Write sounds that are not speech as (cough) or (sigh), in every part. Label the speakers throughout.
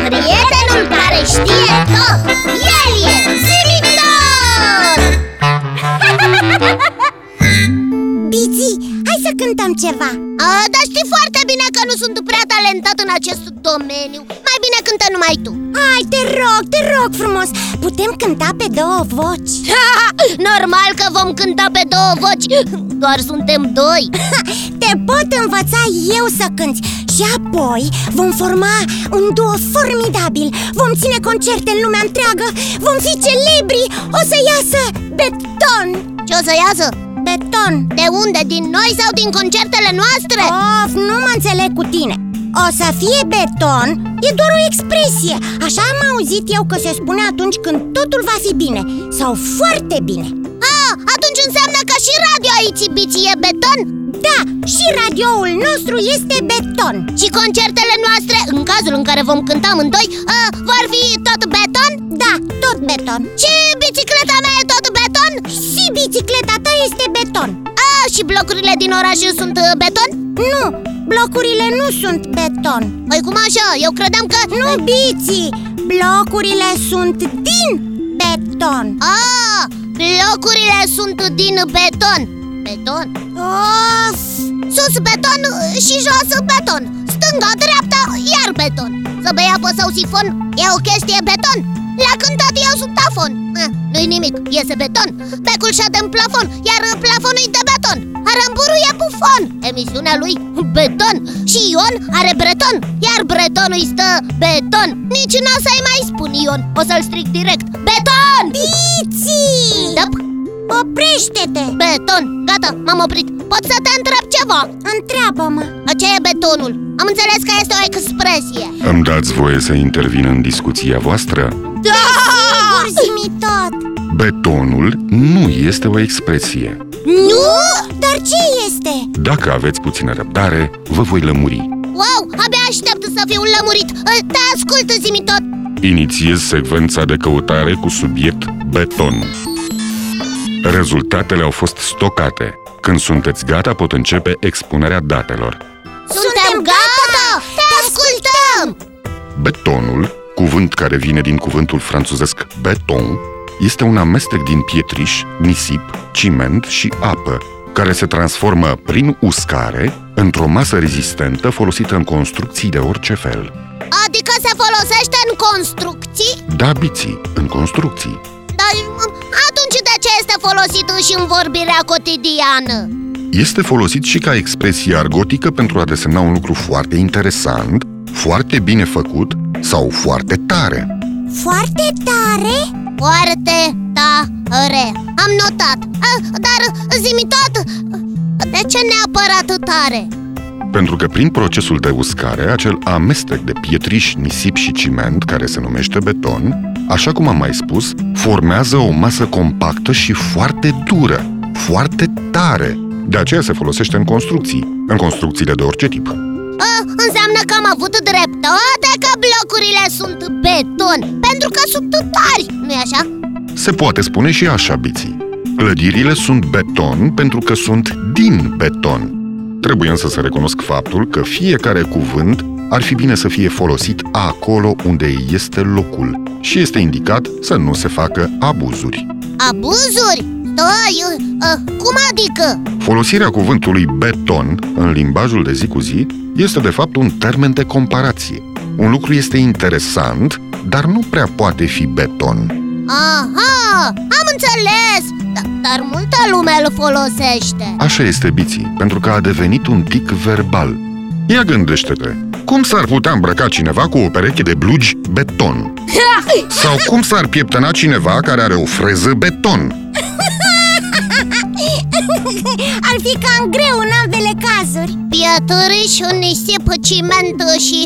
Speaker 1: (laughs)
Speaker 2: A, dar știi foarte bine că nu sunt prea talentat în acest domeniu Mai bine cântă numai tu
Speaker 1: Hai, te rog, te rog frumos Putem cânta pe două voci
Speaker 2: Normal că vom cânta pe două voci Doar suntem doi
Speaker 1: Te pot învăța eu să cânti Și apoi vom forma un duo formidabil Vom ține concerte în lumea întreagă Vom fi celebri O să iasă beton
Speaker 2: Ce o să iasă?
Speaker 1: Beton
Speaker 2: De unde? Din noi sau din concertele noastre?
Speaker 1: Of, nu mă înțeleg cu tine O să fie beton E doar o expresie Așa am auzit eu că se spune atunci când totul va fi bine Sau foarte bine
Speaker 2: A, atunci înseamnă că și radio aici bici e beton?
Speaker 1: Da, și radioul nostru este beton
Speaker 2: Și concertele noastre, în cazul în care vom cânta amândoi, a, vor fi tot beton?
Speaker 1: Da, tot beton
Speaker 2: Și bicicleta mea e tot beton?
Speaker 1: Și bicicleta ta este beton
Speaker 2: A, și blocurile din oraș sunt uh, beton?
Speaker 1: Nu, blocurile nu sunt beton
Speaker 2: Păi cum așa? Eu credeam că...
Speaker 1: Nu biții, blocurile sunt din beton
Speaker 2: A, blocurile Ah, sunt din beton Beton?
Speaker 1: Of,
Speaker 2: Sus beton și jos beton Stânga, dreapta, iar beton Să bei apă sau sifon e o chestie beton La cântat eu sunt afon eh, Nu-i nimic, iese beton Becul șade în plafon, iar plafonul e de beton Aramburu e bufon Emisiunea lui beton Și Ion are breton Iar bretonul îi stă beton Nici n-o să-i mai spun Ion O să-l stric direct Beton!
Speaker 1: biții
Speaker 2: Dăp,
Speaker 1: Oprește-te!
Speaker 2: beton Gata, m-am oprit Pot să te întreb ceva?
Speaker 1: Întreabă-mă!
Speaker 2: Ce e betonul? Am înțeles că este o expresie
Speaker 3: Îmi dați voie să intervin în discuția voastră?
Speaker 2: Da!
Speaker 1: Sigur, zimi tot!
Speaker 3: Betonul nu este o expresie.
Speaker 1: Nu? Dar ce este?
Speaker 3: Dacă aveți puțină răbdare, vă voi lămuri.
Speaker 2: Wow, abia aștept să fiu lămurit Eh, Te ascult, zimi tot
Speaker 3: Inițiez secvența de căutare cu subiect beton. Rezultatele au fost stocate. Când sunteți gata, pot începe expunerea datelor.
Speaker 2: Suntem gata! Te ascultăm!
Speaker 3: Betonul, cuvânt care vine din cuvântul franțuzesc beton, este un amestec din pietriș, nisip, ciment și apă, care se transformă prin uscare într-o masă rezistentă folosită în construcții de orice fel.
Speaker 2: Adică se folosește în construcții?
Speaker 3: Da, biții, în construcții.
Speaker 2: Dar mm, atunci de ce este folosit și în vorbirea cotidiană?
Speaker 3: Este folosit și ca expresie argotică pentru a desemna un lucru foarte interesant, foarte bine făcut sau foarte tare.
Speaker 1: Foarte tare?
Speaker 2: Foarte tare Am notat Ah, Dar, zimi tot, de ce neapărat tare?
Speaker 3: Pentru că prin procesul de uscare, acel amestec de pietriș, nisip și ciment, care se numește beton, așa cum am mai spus, formează o masă compactă și foarte dură, foarte tare. De aceea se folosește în construcții, în construcțiile de orice tip.
Speaker 2: A, Ah, înseamnă că am avut dreptate că blocurile sunt beton Pentru că sunt tari, nu-i așa?
Speaker 3: Se poate spune și așa, biții. Clădirile sunt beton pentru că sunt din beton. Trebuie însă să recunosc faptul că fiecare cuvânt ar fi bine să fie folosit acolo unde este locul și este indicat să nu se facă abuzuri.
Speaker 2: Abuzuri? Stai, a, cum adică?
Speaker 3: Folosirea cuvântului beton în limbajul de zi cu zi este de fapt un termen de comparație. Un lucru este interesant, dar nu prea poate fi beton.
Speaker 2: Aha, am înțeles Da- Dar multă lume îl folosește
Speaker 3: Așa este biții, pentru că a devenit un tic verbal. Ia gândește-te, cum s-ar putea îmbrăca cineva cu o pereche de blugi beton? Sau cum s-ar pieptăna cineva care are o freză beton?
Speaker 1: (laughs) Ar fi cam greu în ambele cazuri
Speaker 2: Pietăriș, nisip, ciment și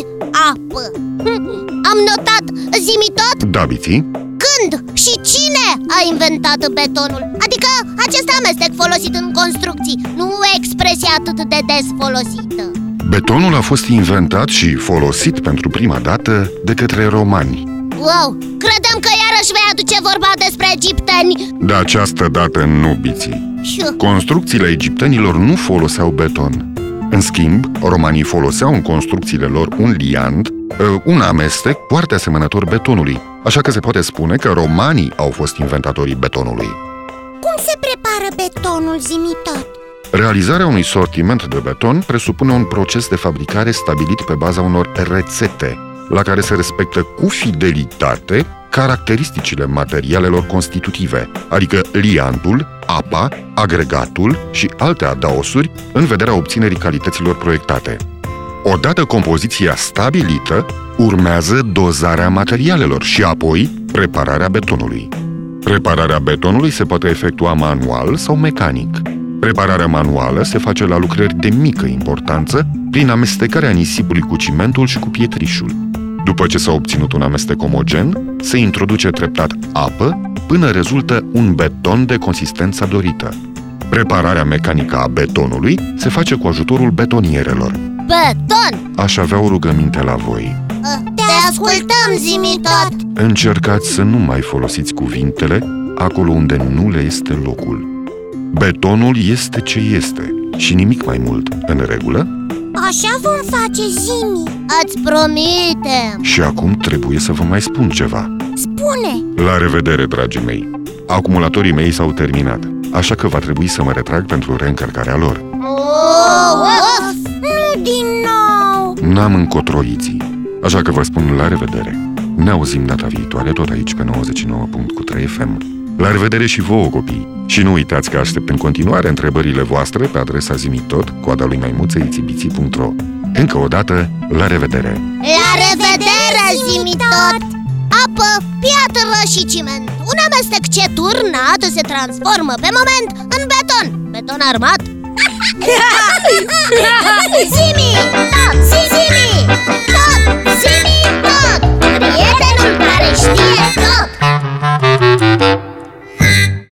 Speaker 2: apă Hm, Am notat, zimi tot,
Speaker 3: Da, biții,
Speaker 2: când și cine a inventat betonul? Adică acest amestec folosit în construcții Nu o expresie atât de des folosită
Speaker 3: betonul a fost inventat și folosit pentru prima dată de către romani.
Speaker 2: Wow, credeam că iarăși vei aduce vorba despre egipteni
Speaker 3: De această dată nu biții.
Speaker 2: Hiu,
Speaker 3: Construcțiile egiptenilor nu foloseau beton. În schimb, romanii foloseau în construcțiile lor un liant, ă, un amestec foarte asemănător betonului. Așa că se poate spune că romanii au fost inventatorii betonului.
Speaker 1: Cum se prepară betonul zimi tot?
Speaker 3: Realizarea unui sortiment de beton presupune un proces de fabricare stabilit pe baza unor rețete, la care se respectă cu fidelitate caracteristicile materialelor constitutive, adică liantul, apa, agregatul și alte adaosuri în vederea obținerii calităților proiectate. Odată compoziția stabilită, urmează dozarea materialelor și apoi prepararea betonului. Prepararea betonului se poate efectua manual sau mecanic. Prepararea manuală se face la lucrări de mică importanță prin amestecarea nisipului cu cimentul și cu pietrișul. După ce s-a obținut un amestec omogen, se introduce treptat apă până rezultă un beton de consistența dorită. Prepararea mecanică a betonului se face cu ajutorul betonierelor.
Speaker 2: Beton!
Speaker 3: Aș avea o rugăminte la voi.
Speaker 2: Ă, Te ascultăm, zimi tot!
Speaker 3: Încercați să nu mai folosiți cuvintele acolo unde nu le este locul. Betonul este ce este și nimic mai mult, în regulă,
Speaker 1: Așa vom face, Zimi
Speaker 2: Îți promitem!
Speaker 3: și acum trebuie să vă mai spun ceva.
Speaker 1: Spune
Speaker 3: La revedere, dragii mei! Acumulatorii mei s-au terminat, așa că va trebui să mă retrag pentru reîncărcarea lor.
Speaker 2: Oh, of!
Speaker 1: Nu din nou
Speaker 3: N-am încotroiții, așa că vă spun la revedere. Ne auzim data viitoare tot aici pe 99.3 FM. La revedere și vouă, copii! Și nu uitați că aștept în continuare întrebările voastre pe adresa zimitot, coada lui maimuță, itibiții.ro. Încă o dată, la revedere!
Speaker 2: La revedere, zimi tot! Apă, piatră și ciment Un amestec ce turnat se transformă pe moment în beton Beton armat Zimi